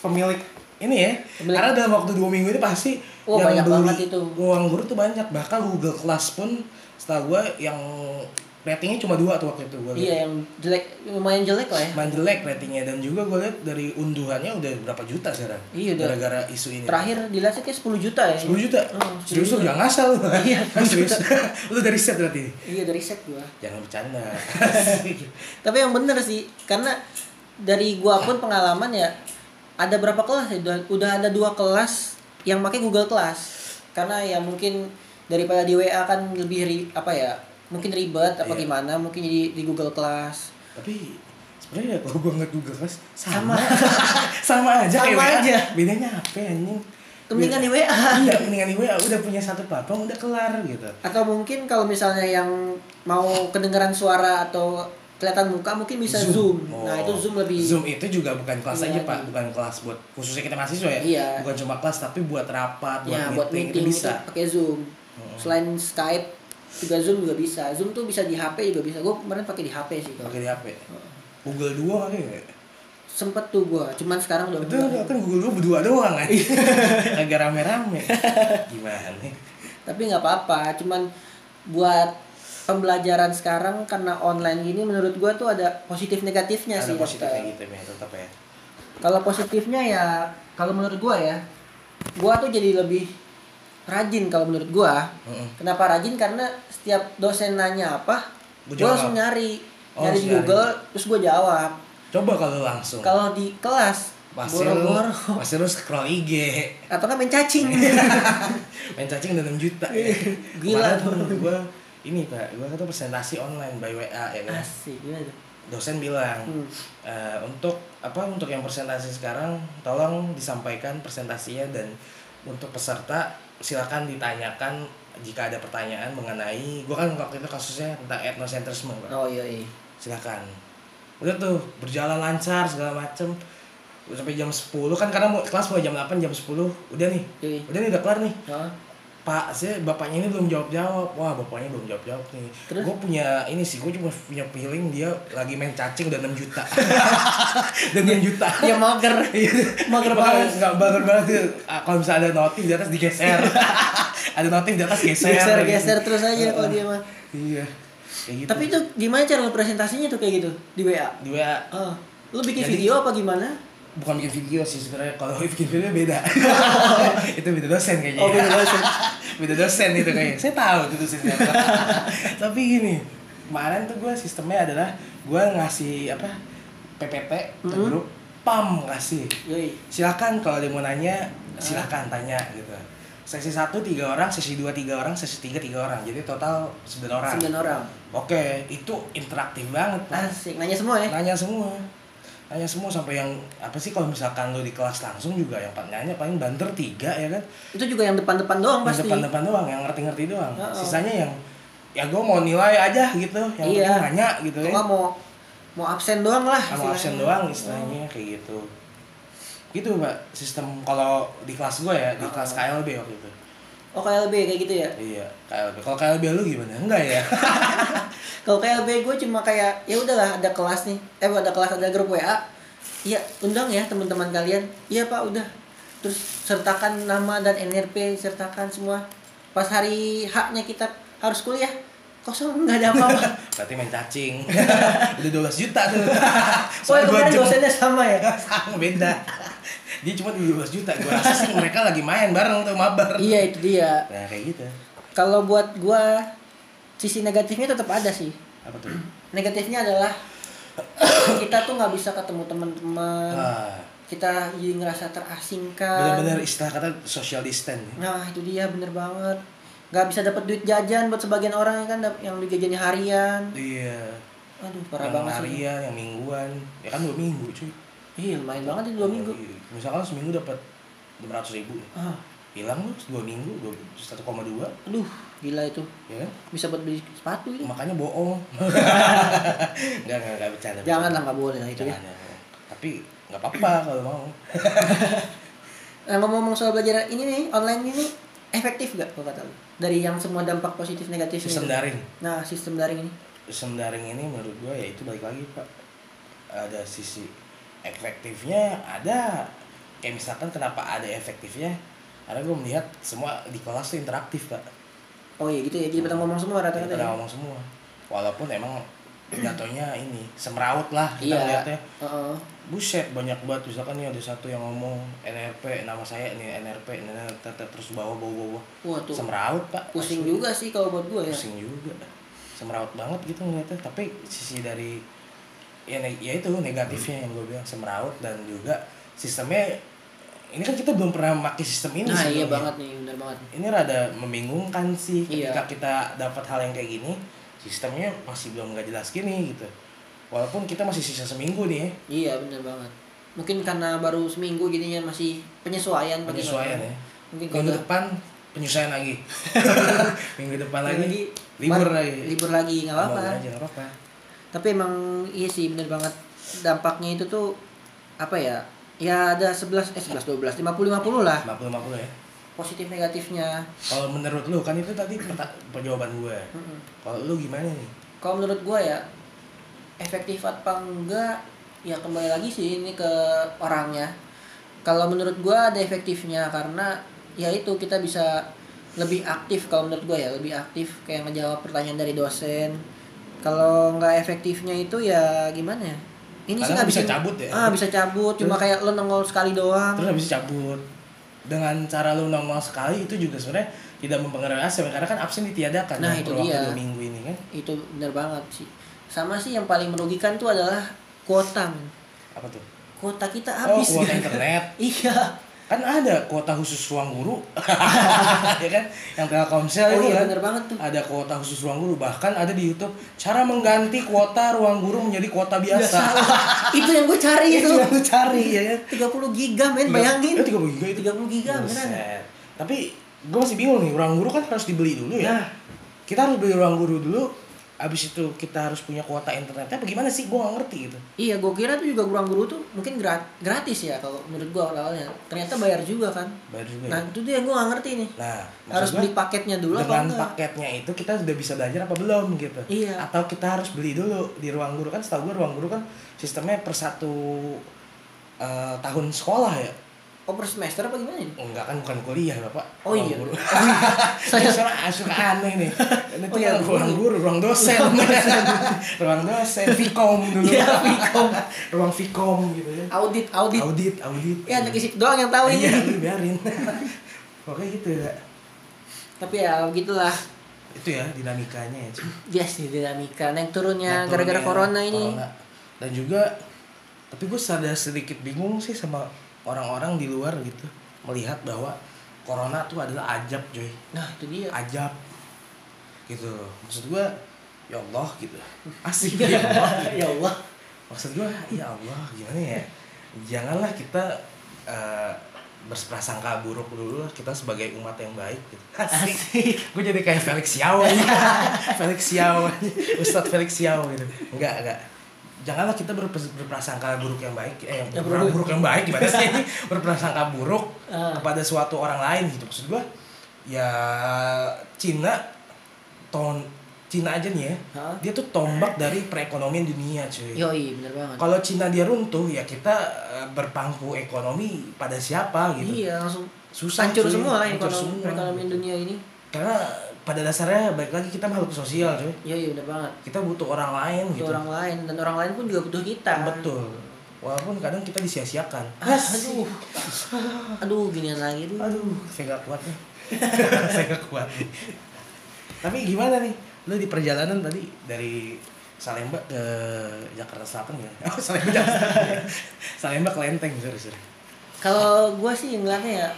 pemilik ini ya
Pemilik.
karena dalam waktu dua minggu ini pasti
Oh,
yang
banyak
beli
banget itu.
ruang guru tuh banyak bahkan Google Class pun setahu gue yang ratingnya cuma dua tuh waktu itu gue
Iya yang jelek, lumayan jelek lah ya.
main jelek ratingnya dan juga gue lihat dari unduhannya udah berapa juta sekarang
Iya, udah.
gara-gara isu ini
Terakhir dilihat kayak 10 juta ya.
10 juta
Oh, 10
serius lu
juta.
jangan ngasal lu
Iya,
serius lu dari set berarti
Iya dari set gua.
jangan bercanda
Tapi yang bener sih, karena dari gua pun pengalaman ya ada berapa kelas ya? Udah, udah ada dua kelas yang pakai Google Class. Karena ya mungkin daripada di WA kan lebih ri- apa ya? Mungkin ribet apa
Iya.
gimana, mungkin jadi di Google Class.
tapi sebenarnya ya kalau gue nggak Google Class
Sama.
sama sama aja kayak
Sama
WA.
aja.
bedanya apa anjing
Mendingan kan di WA.
Iya, mendingan di WA udah punya satu platform udah kelar gitu
Atau mungkin kalau misalnya yang mau kedengeran suara atau kelihatan muka mungkin bisa Zoom. Nah,
Oh.
itu Zoom lebih
Zoom itu juga bukan kelas
Iya,
aja
iya.
pak, bukan kelas buat khususnya kita mahasiswa ya.
Iya.
Bukan cuma kelas tapi buat rapat, buat,
ya
meeting,
buat meeting
Iya, itu
itu
bisa.
pakai Zoom. Selain Skype juga Zoom juga bisa. Zoom tuh bisa di HP juga bisa. Gue kemarin pakai di HP sih kalau.
Pakai di HP.
Oh.
Google Duo pakai nggak?
Sempet tuh gue, cuman sekarang udah
Itu
mulai.
kan Google Duo berdua doang kan.
Iya.
Agak rame-rame. Gimana?
Tapi nggak apa-apa, cuman buat pembelajaran sekarang karena online gini menurut gue tuh ada positif negatifnya Iya
Ada
sih.
positifnya
Dokter.
gitu ya tetap ya.
Kalau positifnya ya, kalau menurut gue ya, gue tuh jadi lebih rajin kalau menurut gue.
Mm-mm.
Kenapa rajin? Karena setiap dosen nanya apa,
Lu
gue
jawab.
langsung nyari,
Oh,
nyari di
nyari.
Google, terus gue jawab.
Coba kalau langsung.
Kalau di kelas,
Pasti lu,
boro-boro
pasti lu scroll IG.
atau kan main cacing.
Main cacing udah 6 juta ya.
Iya, Gila.
Kemarin tuh gua ini pak, gua tuh presentasi online by WA ya kan.
Asik, gimana tuh?
dosen
Ah.
bilang
Hmm.
"Eh, untuk apa untuk yang presentasi sekarang tolong disampaikan presentasinya dan untuk peserta silakan ditanyakan jika ada pertanyaan mengenai gua kan waktu itu kasusnya tentang etnosentrisme Pak.
Oh iya iya.
silakan udah tuh berjalan lancar segala macem Udah sampai jam 10 kan karena mau, kelas mulai jam 8 jam 10 udah nih
Iya. Oh.
udah nih udah kelar nih
Hah?
Pak, saya bapaknya ini belum jawab-jawab. Wah, bapaknya belum jawab-jawab nih.
Terus?
Gue punya ini sih, gue cuma punya feeling dia lagi main cacing udah 6 juta. dan 6 juta.
Dia mager. mager banget.
Enggak mager banget. Ah, Kalau misalnya ada notif di atas digeser. ada notif di atas geser.
Geser, geser terus aja kalau dia mah.
Iya. Kayak gitu.
Tapi itu gimana cara lo presentasinya tuh kayak gitu di WA?
di WA
Oh, lo bikin
Jadi-
video apa gimana?
bukan bikin video sih sebenarnya kalau bikin video beda itu beda dosen
Oh,
kayaknya
beda dosen.
beda dosen itu kayaknya saya tahu itu dosen siapa tapi gini kemarin tuh gue sistemnya adalah gue ngasih apa PPT ke
Mhm.
grup pam kasih
Yoi.
silakan kalau ada yang mau nanya silakan tanya gitu sesi satu tiga orang sesi dua tiga orang sesi tiga tiga orang jadi total sembilan orang Ah,
Sembilan orang.
oke itu interaktif banget Pak
Asik, nanya semua ya.
nanya semua nanya semua sampai yang apa sih kalau misalkan lo di kelas langsung juga yang paling nanya paling banter tiga ya kan
Itu juga yang depan-depan doang Oh,
yang
pasti. Oh,
depan-depan doang yang ngerti-ngerti doang
Heeh.
sisanya yang ya gue mau nilai aja gitu yang
Iya.
penting nanya gitu
Kalau
ya
nggak mau mau absen doang lah.
kalau
istilahnya.
absen doang
Oh.
istilahnya kayak gitu gitu pak sistem kalau di kelas gue ya di
Heeh.
kelas KLB waktu itu
Oh KLB kayak gitu ya.
iya KLB kalau KLB lu gimana enggak ya
Kalau KLB gue cuma kayak ya udahlah ada kelas nih. Eh ada kelas ada grup WA. Iya undang ya teman-teman kalian. Iya pak udah. Terus sertakan nama dan NRP sertakan semua. Pas hari haknya kita harus kuliah kosong nggak ada apa-apa.
berarti main cacing udah 12 juta tuh
Oh
Soalnya dua
kemarin
jam.
dosennya sama ya.
sama beda dia cuma 12 juta gue rasa sih mereka lagi main bareng tuh mabar
iya itu dia.
nah kayak gitu
Kalau buat gue sisi negatifnya tetap ada sih.
apa tuh
negatifnya adalah kita tuh nggak bisa ketemu teman-teman
Wah,
kita jadi ngerasa terasingkan
Ah. benar-benar istilah kata social distance ya.
nah itu dia bener banget nggak bisa dapat duit jajan buat sebagian orang ya kan dap- yang dijajannya harian
iya
aduh parah
yang
banget sih
harian yang mingguan ya kan dua minggu cuy
iya lumayan banget itu dua minggu
Iya. misalkan seminggu dapat 500 ribu
ah
hilang lu dua minggu dua- 1,2
aduh gila itu
ya kan?
bisa buat beli sepatu itu
makanya bohong nggak nggak nggak bercanda
jangan lah nggak boleh lah itu ya
Jangan, jangan. tapi nggak apa-apa kalau mau
nah, ngomong-ngomong soal belajar ini nih online ini efektif gak kalau kata lu dari yang semua dampak positif negatifnya
sistem
itu?
daring
nah sistem daring ini
sistem daring ini menurut gue ya itu balik lagi pak ada sisi efektifnya ada kayak misalkan kenapa ada efektifnya karena gue melihat semua di kelas tuh interaktif pak
oh iya gitu ya jadi pada ngomong semua
Nah. Iya, kita
rata-rata ya?
ngomong semua walaupun emang jatuhnya ini semeraut lah
Iya.
kita ya. melihatnya
Heeh.
buset banyak banget misalkan nih ada satu yang ngomong NRP nama saya nih NRP NRP, terus bawa bawa bawa
Wah tuh
semeraut pak
pusing juga sih kalau buat gue ya.
pusing juga semeraut banget gitu ngeliatnya tapi sisi dari ya, ne- ya itu negatifnya yang gue bilang semeraut dan juga sistemnya ini kan kita belum pernah pakai sistem ini
Nah iya
sebelumnya.
banget nih, benar banget.
ini rada membingungkan sih
Iya.
ketika kita dapat hal yang kayak gini sistemnya masih belum nggak jelas gini gitu walaupun kita masih sisa seminggu nih ya,
Iya benar banget. Mungkin karena baru seminggu jadinya masih penyesuaian. mungkin.
penyesuaian
iya.
ya
Mungkin kalau
minggu
udah-
depan penyesuaian lagi minggu depan
lagi,
lagi libur
bar-
lagi
Libur Ah. lagi nggak apa-apa.
Bangun aja, nggak apa-apa
Tapi emang iya sih benar banget dampaknya itu tuh apa ya? Ya ada 11 eh 11 12 50 50 lah
50-50 ya
positif negatifnya.
Kalau menurut lu kan itu tadi peta, jawaban gue.
Mm-mm.
Kalau lu gimana nih?
Kalau menurut gue ya efektif apa enggak ya kembali lagi sih ini ke orangnya. Kalau menurut gue ada efektifnya karena ya itu kita bisa lebih aktif kalau menurut gue ya lebih aktif kayak ngejawab pertanyaan dari dosen. Kalau nggak efektifnya itu ya gimana ya? Ini sih
Kadang
nggak
bisa
bikin-
cabut ya?
Ah bisa cabut cuma kayak lo nongol sekali doang.
Terus habis itu cabut dengan cara lu nongol sekali itu juga sebenarnya tidak mempengaruhi absen karena kan absen ditiadakan
Nah,
ya,
itu
per waktu
dia.
dua minggu ini kan.
Itu bener banget sih. Sama sih yang paling merugikan tuh adalah kuota. men.
Apa tuh?
Kuota kita
oh,
habis.
kuota internet.
iya.
Kan ada kuota khusus ruang guru. ya kan? Yang
Oh
Telkomsel itu
iya
kan.
bener banget tuh.
Ada kuota khusus ruang guru bahkan ada di YouTube cara mengganti kuota ruang guru menjadi kuota biasa.
Iya, itu yang gue cari Iya, itu.
Itu yang lu cari ya kan.
30 giga men bayangin.
Iya. Eh, 30 giga itu
30 giga
Buset.
beneran.
Tapi gue masih bingung nih, ruang guru kan harus dibeli dulu ya.
Nah.
Kita harus beli ruang guru dulu abis itu kita harus punya kuota internetnya apa gimana sih gue gak ngerti gitu
Iya, gue kira tuh juga kurang guru tuh mungkin grat- gratis ya kalau menurut gue awalnya. Ternyata bayar juga kan.
baru juga ya.
Nah, itu tuh yang gue gak ngerti nih.
nah maksud
Harus
gua,
beli paketnya dulu apa
dengan
enggak?
paketnya itu kita sudah bisa belajar apa belum gitu
Iya.
atau kita harus beli dulu di ruang guru kan setahu gue ruang guru kan sistemnya per satu eh, tahun sekolah ya
Oh, per semester apa gimana ini?
Oh, enggak kan bukan kuliah bapak
Oh,
Ruang
iya.
guru.
Saya-
saya suka suka aneh nih ini
Oh,
tuh
iya,
ruang ruang guru ruang dosen ruang dosen vkom dulu
Iya, Vkom.
ruang vkom gitu ya
Audit, audit.
audit audit
Ya, anak isik doang yang tahu
iya
ini.
lu biarin pokoknya gitu ya
Tapi ya begitulah.
itu ya dinamikanya ya cuy.
Bias nih dinamika. Naik turunnya
Nah,
gara-gara
turunnya
corona ini.
corona. dan juga tapi gue ada sedikit bingung sih sama orang-orang di luar gitu melihat bahwa corona tuh adalah ajab coy
Nah, itu dia.
ajab gitu loh. maksud gue ya Allah gitu asik ya Allah gitu.
ya Allah.
maksud gue ya Allah gimana ya janganlah kita eh, berprasangka buruk dulu lah kita sebagai umat yang baik gitu. asik gue jadi kayak Felix Yao aja. Felix Yao aja. Ustadz Felix Yao gitu enggak enggak janganlah kita berpes- berprasangka buruk yang baik eh yang
Ya,
buruk,
buruk.
buruk yang baik gimana sih berprasangka buruk
Ah.
kepada suatu orang lain gitu maksud gue ya Cina ton Cina aja nih ya
Hah?
dia tuh tombak dari perekonomian dunia cuy
Yoi, bener banget.
kalau Cina dia runtuh ya kita eh, berpangku ekonomi pada siapa gitu.
Iya, langsung
Susah
hancur
cuy,
semua lah
hancur
ekonomi
semua. Gitu.
perekonomian dunia ini.
Karena pada dasarnya balik lagi kita makhluk sosial cuy.
Yoi, bener banget.
Kita butuh orang lain
Butuh
Oh, gitu.
orang lain dan orang lain pun juga butuh kita.
Betul. Walaupun kadang kita disia-siakan.
Ah, aduh. Aduh, ginian lagi aduh.
Aduh, saya gak kuat nih. saya gak kuat. nih. Tapi gimana nih? Lu di perjalanan tadi dari Salemba ke Jakarta Selatan ya? Oh, Salemba. Jakarta Selatan. Salemba ke Lenteng, sorry, sorry.
Kalau gua sih ngeliatnya ya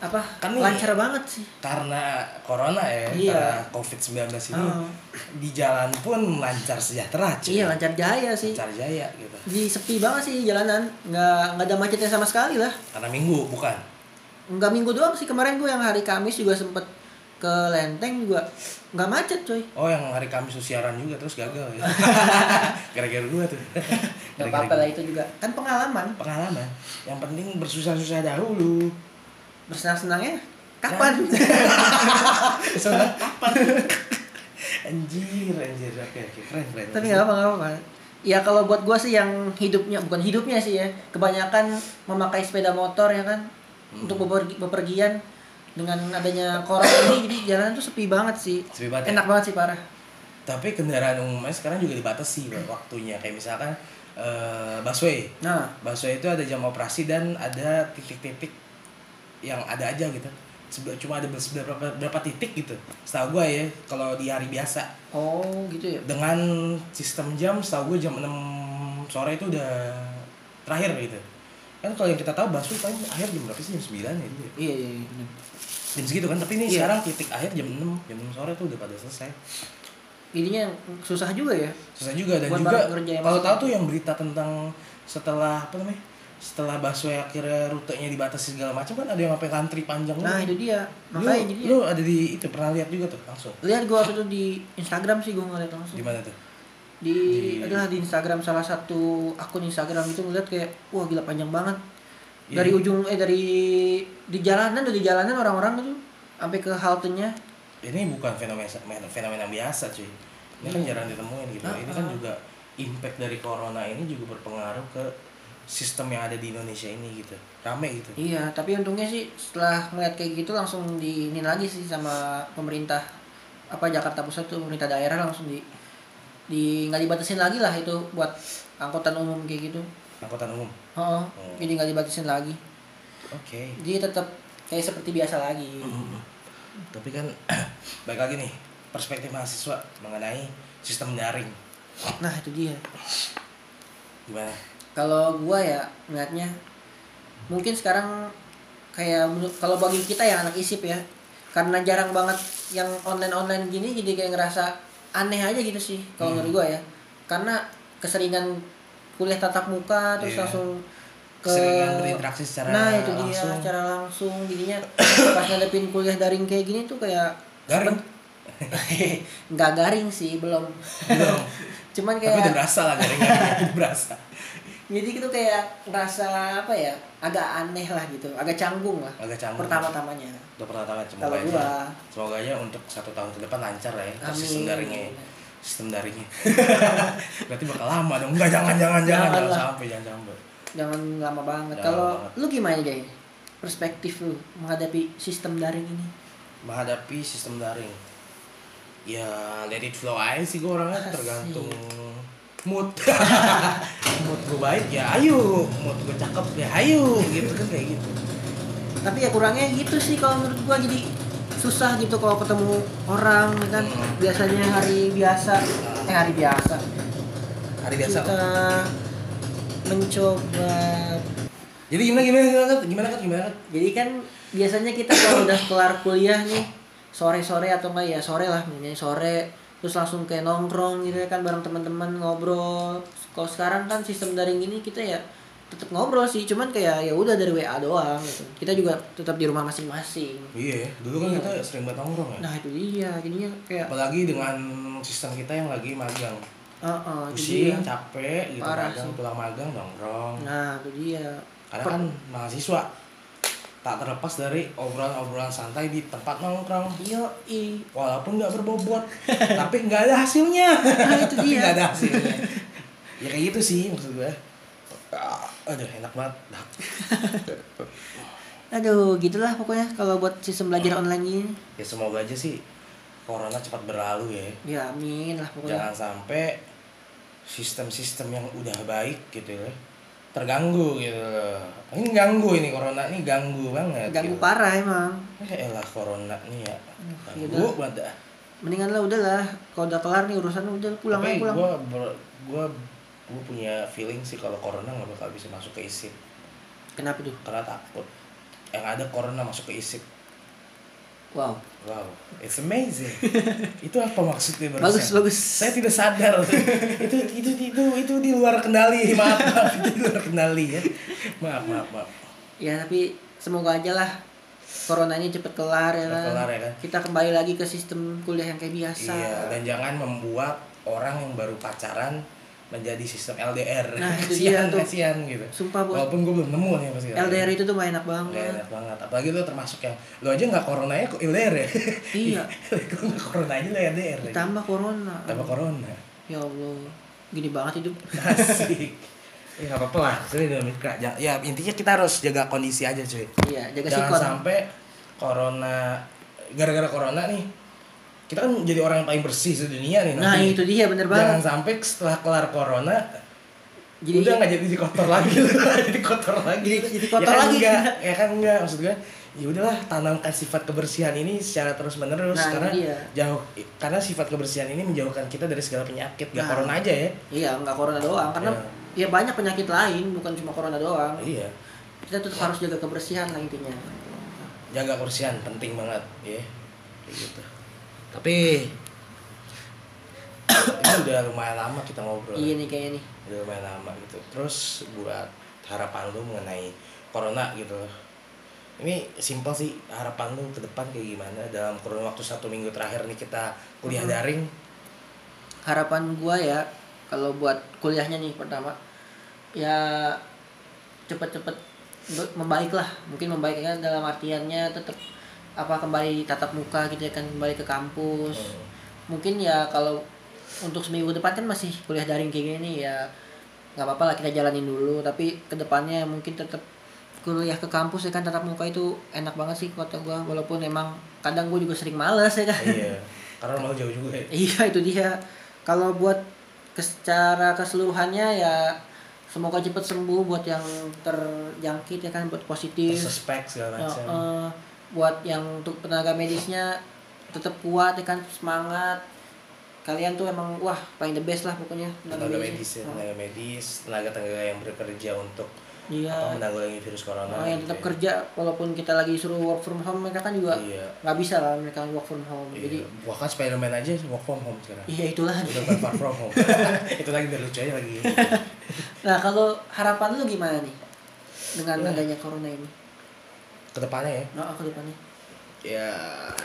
apa?
Kan nih-
lancar banget sih.
karena corona ya,
Iya.
karena COVID-19 ini
Oh.
di jalan pun lancar sejahtera cuy.
Iya, lancar jaya sih.
Lancar jaya gitu.
Di sepi banget sih jalanan, nggak nggak ada macetnya sama sekali lah.
Karena minggu bukan.
Nggak minggu doang sih kemarin gua yang hari Kamis juga sempet ke Lenteng juga nggak macet coy.
Oh yang hari Kamis tuh siaran juga terus gagal ya. Gara-gara gua tuh.
Gak
Gara-gara
apa-apa
gua.
lah itu juga kan pengalaman
Pengalaman. Yang penting bersusah-susah dahulu.
bersenang-senangnya kapan?
Ya. Soalnya kapan? anjir, anjir. Oke, oke. Keren, keren.
Tapi nggak apa nggak apa. Ya kalau buat gua sih yang hidupnya bukan hidupnya sih ya, kebanyakan memakai sepeda motor ya kan
Hmm.
untuk bepergi- bepergian dengan adanya corona ini jadi jalanan tuh sepi banget sih.
Sepi banget ya?
Enak banget sih parah.
Tapi kendaraan umumnya sekarang juga dibatasi Bang, waktunya. Kayak misalkan eh busway.
Nah,
Busway itu ada jam operasi dan ada titik-titik yang ada aja gitu. Sebe- Cuma ada berse- berapa, berapa titik gitu. Setahu gue ya, kalau di hari biasa.
oh gitu ya.
Dengan sistem jam, setahu gue jam 6 sore itu udah terakhir gitu. Kan kalau yang kita tahu busway paling akhir jam berapa sih? Jam 9 ya gitu ya.
Iya iya. iya, bener.
Jam segitu kan, tapi ini
Iya.
sekarang titik akhir jam 6, jam 6 sore tuh udah pada selesai.
Jadinya susah juga ya.
Susah juga dan
Buat
juga
barang kerja ya,
kalau
maksudnya.
tahu tuh yang berita tentang setelah apa namanya? Setelah busway akhirnya rutenya dibatasi segala macam kan ada yang sampai antri panjang
Nah
banget.
itu dia.
Oh. lu,
Makanya jadi
lu ada di itu pernah lihat juga tuh langsung.
lihat gua waktu itu di Instagram sih gua ngeliat langsung.
Di mana tuh?
Di,
Di-
adalah di Instagram salah satu akun Instagram itu ngeliat kayak wah gila panjang banget.
Iya.
Dari ujung eh dari di jalanan dari jalanan orang-orang itu sampai ke haltenya.
Ini bukan fenomena fenomena biasa cuy. Ini
Iya.
kan jarang ditemuin gitu.
Ah,
Ini kan juga impact dari corona ini juga berpengaruh ke sistem yang ada di Indonesia ini gitu. Rame gitu.
Iya, tapi untungnya sih setelah ngeliat kayak gitu langsung di ini lagi sih sama pemerintah apa Jakarta Pusat tuh pemerintah daerah langsung di di nggak dibatasin lagi lah itu buat angkutan umum kayak gitu.
Angkutan umum.
Oh, jadi nggak dibatasin lagi.
Oke.
Jadi tetap kayak seperti biasa lagi.
Mm-hmm. Tapi kan baik lagi nih perspektif mahasiswa mengenai sistem daring.
Nah itu dia.
Gimana?
Kalau gua ya ngeliatnya mungkin sekarang kayak menurut- kalau bagi kita yang anak isip ya karena jarang banget yang online online gini jadi kayak ngerasa aneh aja gitu sih
Iya.
kalau menurut gua ya karena keseringan kuliah tatap muka terus
Iya.
langsung ke
Keseringan berinteraksi secara
nah itu dia
langsung.
secara langsung jadinya pas ngadepin kuliah daring kayak gini tuh kayak
Daring.
seben- nggak garing sih belum Iya.
Belum.
cuman
Tapi udah
kayak
berasa lah garingan. berasa.
jadi gitu kayak ngerasa apa ya agak aneh lah gitu agak canggung lah
Agak canggung.
pertama-tamanya
Untuk pertama
kalau
semoga aja.
gua
Semoga aja untuk satu tahun ke depan lancar lah ya.
Amin.
Sistem daringnya ya. Sistem daringnya. Berarti bakal lama dong. Enggak, jangan, jangan, jangan.
Jangan
Jangan
lah.
sampai, jangan sampai.
jangan lama banget
Jangan
kalau
lama banget.
lu gimana Jay perspektif lu menghadapi sistem daring ini
menghadapi sistem daring ya let it flow aja sih gue orangnya
Asik.
tergantung mood mood gue baik ya ayo mood gue cakep ya ayo gitu kan kayak gitu
tapi ya kurangnya gitu sih kalau menurut gua jadi susah gitu kalau ketemu orang ya kan
Hmm.
biasanya hari biasa eh hari biasa
hari
kita mencoba
jadi gimana gimana gimana Kat? gimana Kat? gimana Kat?
jadi kan biasanya kita kalau udah kelar kuliah nih sore-sore atau enggak ya sore lah mungkin sore terus langsung kayak nongkrong gitu ya kan bareng teman-teman ngobrol kalau sekarang kan sistem daring ini kita ya tetap ngobrol sih cuman kayak ya udah dari WA doang gitu. kita juga tetap di rumah masing-masing
iya ya. dulu kan kita sering banget nongkrong ya
nah itu dia jadinya kayak
apalagi dengan sistem kita yang lagi magang
uh, uh, itu
pusing
dia.
capek gitu
Parah
magang
sih.
pulang magang nongkrong
nah itu dia
karena kan mahasiswa tak terlepas dari obrolan-obrolan santai di tempat nongkrong
yo
walaupun nggak berbobot tapi nggak ada hasilnya
Nah, itu
tapi
dia.
nggak ada hasilnya ya kayak gitu sih maksud gue Ah, aduh enak banget Dah.
aduh gitulah pokoknya kalau buat sistem belajar online ini
ya semoga aja sih corona cepat berlalu ya
ya amin lah pokoknya
jangan sampai sistem-sistem yang udah baik gitu ya terganggu gitu loh. ini ganggu ini corona ini ganggu banget
ganggu
gitu.
parah emang
Eh, elah corona nih ya
ya
ganggu banget dah.
mendingan lah udahlah kalau udah kelar nih urusan udah pulang aja
Tapi
pulang
Gue gue gue punya feeling sih kalau corona nggak bakal bisa masuk ke isip
kenapa tuh
karena takut. Yang ada corona masuk ke isip.
wow
Wow, it's amazing. itu apa maksudnya barusan?
bagus bagus
Saya tidak sadar. itu, itu itu itu di luar kendali. Maaf, maaf. Itu di luar kendali ya. Maaf, maaf, maaf.
ya tapi semoga aja lah coronanya cepet kelar ya
Cepet
kan?
kelar ya kan?
kita kembali lagi ke sistem kuliah yang kayak biasa
Iya, dan jangan membuat orang yang baru pacaran menjadi sistem LDR.
Nah, itu
kasihan,
dia tuh.
kasihan gitu.
sumpah buat
Walaupun gue belum nemu nih pasti.
LDR itu tuh enak
Gak
banget
enak banget, apalagi lu termasuk yang Lu aja gak coronanya kok LDR ya?
Iya.
Lu gak coronanya lu LDR lagi
ditambah corona
ya? Tambah corona
ya allah gini banget hidup
Asik Ya gak apa-apa lah, Maksudnya dalam mitra. Jangan- Ya intinya kita harus jaga kondisi aja cuy
iya jaga
Jangan
sikon
sampai corona Gara-gara corona nih Kita kan jadi orang yang paling bersih sedunia nih
Nah
nanti.
itu dia bener
Jangan
banget.
sampai setelah kelar corona
Jadi
udah nggak jadi kotor lagi lu jadi kotor lagi
Jadi- jadi kotor
ya kan
lagi.
enggak, ya kan enggak maksud gue ya udahlah tanamkan sifat kebersihan ini secara terus menerus
Nah,
karena
iya.
jauh karena sifat kebersihan ini menjauhkan kita dari segala penyakit
Nah.
gak corona aja ya
iya nggak corona doang karena ya banyak penyakit lain bukan cuma corona doang.
iya
Kita tetap harus jaga kebersihan lah intinya.
jaga kebersihan penting banget ya kayak gitu tapi ini udah lumayan lama kita ngobrol ya.
Iya nih kayaknya nih.
udah lumayan lama gitu terus buat harapan lu mengenai corona gitu loh. ini simpel sih harapan lu ke depan kayak gimana dalam kurun waktu satu minggu terakhir nih kita kuliah
Mm-hmm.
daring
Harapan gua ya kalau buat kuliahnya nih pertama ya cepet-cepet be- membaik lah mungkin membaiknya dalam artiannya tetap apa kembali tatap muka gitu ya kan kembali ke kampus mungkin ya kalau untuk seminggu depan kan masih kuliah daring kayak gini ya nggak apa-apa lah kita jalanin dulu tapi kedepannya mungkin tetap kuliah ke kampus ya kan tatap muka itu enak banget sih kota gua walaupun emang kadang gua juga sering males ya kan
iya karena rumah lu jauh juga ya
iya itu dia kalau buat ke- secara keseluruhannya ya semoga cepet sembuh buat yang terjangkit ya kan buat positif
tersuspek segala
Ya,
macam
eh, buat yang untuk tenaga medisnya tetap kuat ya kan semangat kalian tuh emang wah paling the best lah pokoknya
tenaga medis ya,
Oh,
tenaga medis tenaga tenaga yang bekerja untuk
iya
apa, menanggulangi virus corona
Oh, yang
gitu
tetap
ya.
kerja walaupun kita lagi suruh work from home mereka kan juga
iya
nggak bisa lah mereka work from home jadi
iya bahkan Spiderman aja work from home sekarang
iya itulah
udah bukan far from home itu lagi biar lucu aja lagi
nah kalau harapan lu gimana nih dengan
Ya.
adanya corona ini
kedepannya ya
nah aku depannya
ya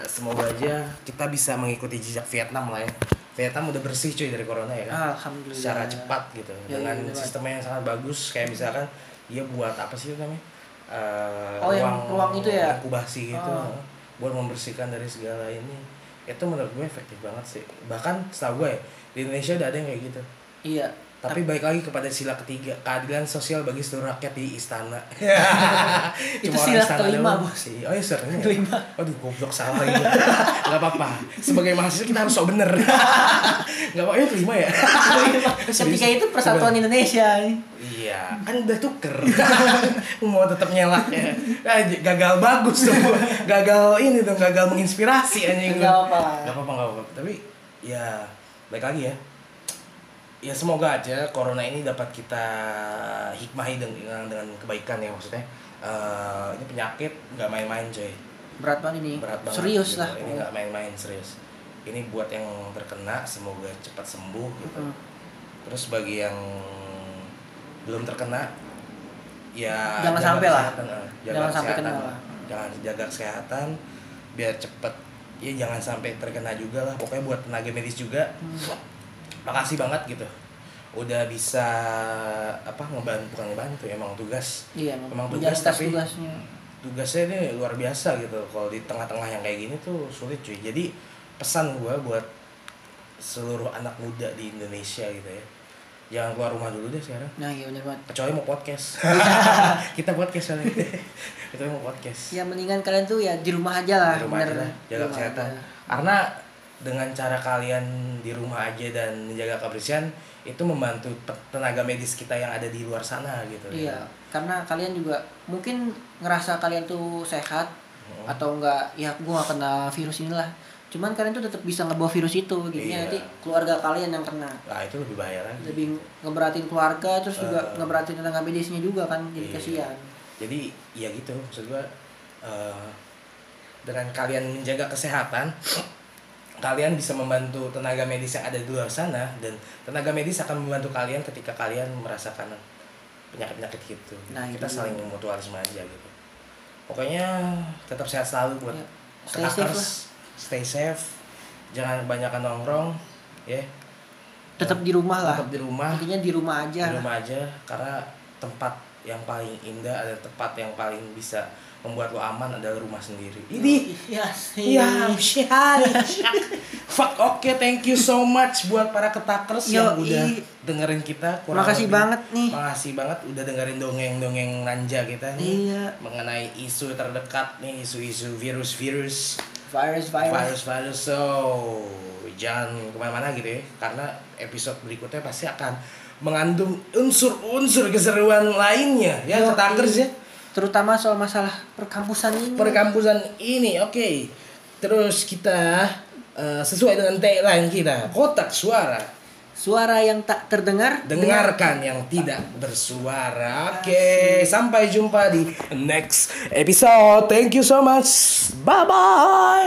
semoga aja kita bisa mengikuti jejak Vietnam lah ya Vietnam udah bersih cuy dari corona ya kan
Alhamdulillah.
secara cepat gitu
Ya,
dengan
ya, ya, Pak.
sistemnya yang sangat bagus kayak misalkan dia buat apa sih itu namanya Eh,
Oh, yang ruang itu ya?
inkubasi gitu
Oh.
buat membersihkan dari segala ini itu menurut gue efektif banget sih bahkan setahu gue ya, di Indonesia udah ada yang kayak gitu
Iya.
tapi baik lagi kepada sila ketiga keadilan sosial bagi seluruh rakyat di istana
Itu
orang
sila
istana
kelima,
doang sih oh iya sir
Kelima.
aduh goblok salah gitu nggak apa-apa sebagai mahasiswa kita harus sok bener nggak apa-apa ini kelima ya
Ketika itu persatuan Indonesia.
Iya, kan udah tuker. Mau tetap nyelak ya. Ah, j- Gagal bagus tuh. Gagal ini tuh, gagal menginspirasi anjing.
Nggak apa-apa.
Gak apa-apa, nggak apa-apa. Tapi ya baik lagi ya. Ya semoga aja corona ini dapat kita hikmahi dengan dengan kebaikan ya maksudnya. Eh, ini penyakit nggak main-main coy
Berat banget ini.
berat banget
Serius
gitu.
lah.
ini nggak main-main serius ini buat yang terkena semoga cepat sembuh gitu
Mm.
terus bagi yang belum terkena ya
Jangan
jaga
sampai lah.
kesehatan, eh, jaga
Jangan sampai
kesehatan
kena
lah. jangan jaga kesehatan biar cepet ya jangan sampai terkena juga lah pokoknya buat tenaga medis juga
Hmm.
makasih banget gitu udah bisa apa ngebantu bukan ngebantu ya, emang tugas
Iya,
Emang
memang
tugas, tapi-
tugasnya.
tugasnya ini luar biasa gitu kalau di tengah-tengah yang kayak gini tuh sulit cuy jadi pesan gue buat seluruh anak muda di Indonesia gitu ya jangan keluar rumah dulu deh sekarang
Nah, iya benar banget.
kecuali mau podcast kita podcast kali kita mau podcast
Ya mendingan kalian tuh ya di rumah aja lah. Iya.
di rumah aja
bener.
lah,
Di
jaga
rumah
kesehatan
aja.
karena dengan cara kalian di rumah aja dan menjaga kebersihan itu membantu pe- tenaga medis kita yang ada di luar sana gitu
Iya, karena kalian juga mungkin ngerasa kalian tuh sehat
Mm.
atau enggak ya gua gak kena virus inilah. Cuman kalian tuh tetap bisa ngebawa virus itu gitu ya
Iya.
nanti keluarga kalian yang kena.
nah itu lebih bahaya lagi
Lebih ngeberatin keluarga terus juga
Eh.
ngeberatin tenaga medisnya juga kan jadi
Iya.
kasihan.
jadi ya gitu maksud gua eh, dengan kalian menjaga kesehatan kalian bisa membantu tenaga medis yang ada di luar sana dan tenaga medis akan membantu kalian ketika kalian merasakan penyakit-penyakit gitu
Nah,
kita
itu
saling mutualisme aja gitu pokoknya tetap sehat selalu buat
Iya. Stay safe
ketakers stay safe jangan kebanyakan nongkrong ya
Tetap di rumah lah.
tetap di rumah
Intinya di rumah aja.
di rumah aja karena tempat yang paling indah ada tempat yang paling bisa membuat lo aman adalah rumah sendiri ini
Iya sih.
Iya, syahari. Fuck, oke, thank you so much buat para ketakers yang
Yoi.
udah dengerin kita.
Makasih banget nih.
Makasih banget udah dengerin dongeng-dongeng nanja kita nih.
Iya.
Mengenai isu terdekat nih, isu-isu virus-virus
Virus virus.
virus virus so jangan kemana-mana gitu ya karena episode berikutnya pasti akan mengandung unsur-unsur keseruan lainnya ya
Yoi.
ketakers ya
iya. Terutama soal masalah perkampusan ini.
perkampusan ini oke terus kita eh, sesuai dengan tagline kita kotak suara
Suara yang tak terdengar
dengarkan yang tidak bersuara oke sampai jumpa di next episode thank you so much bye bye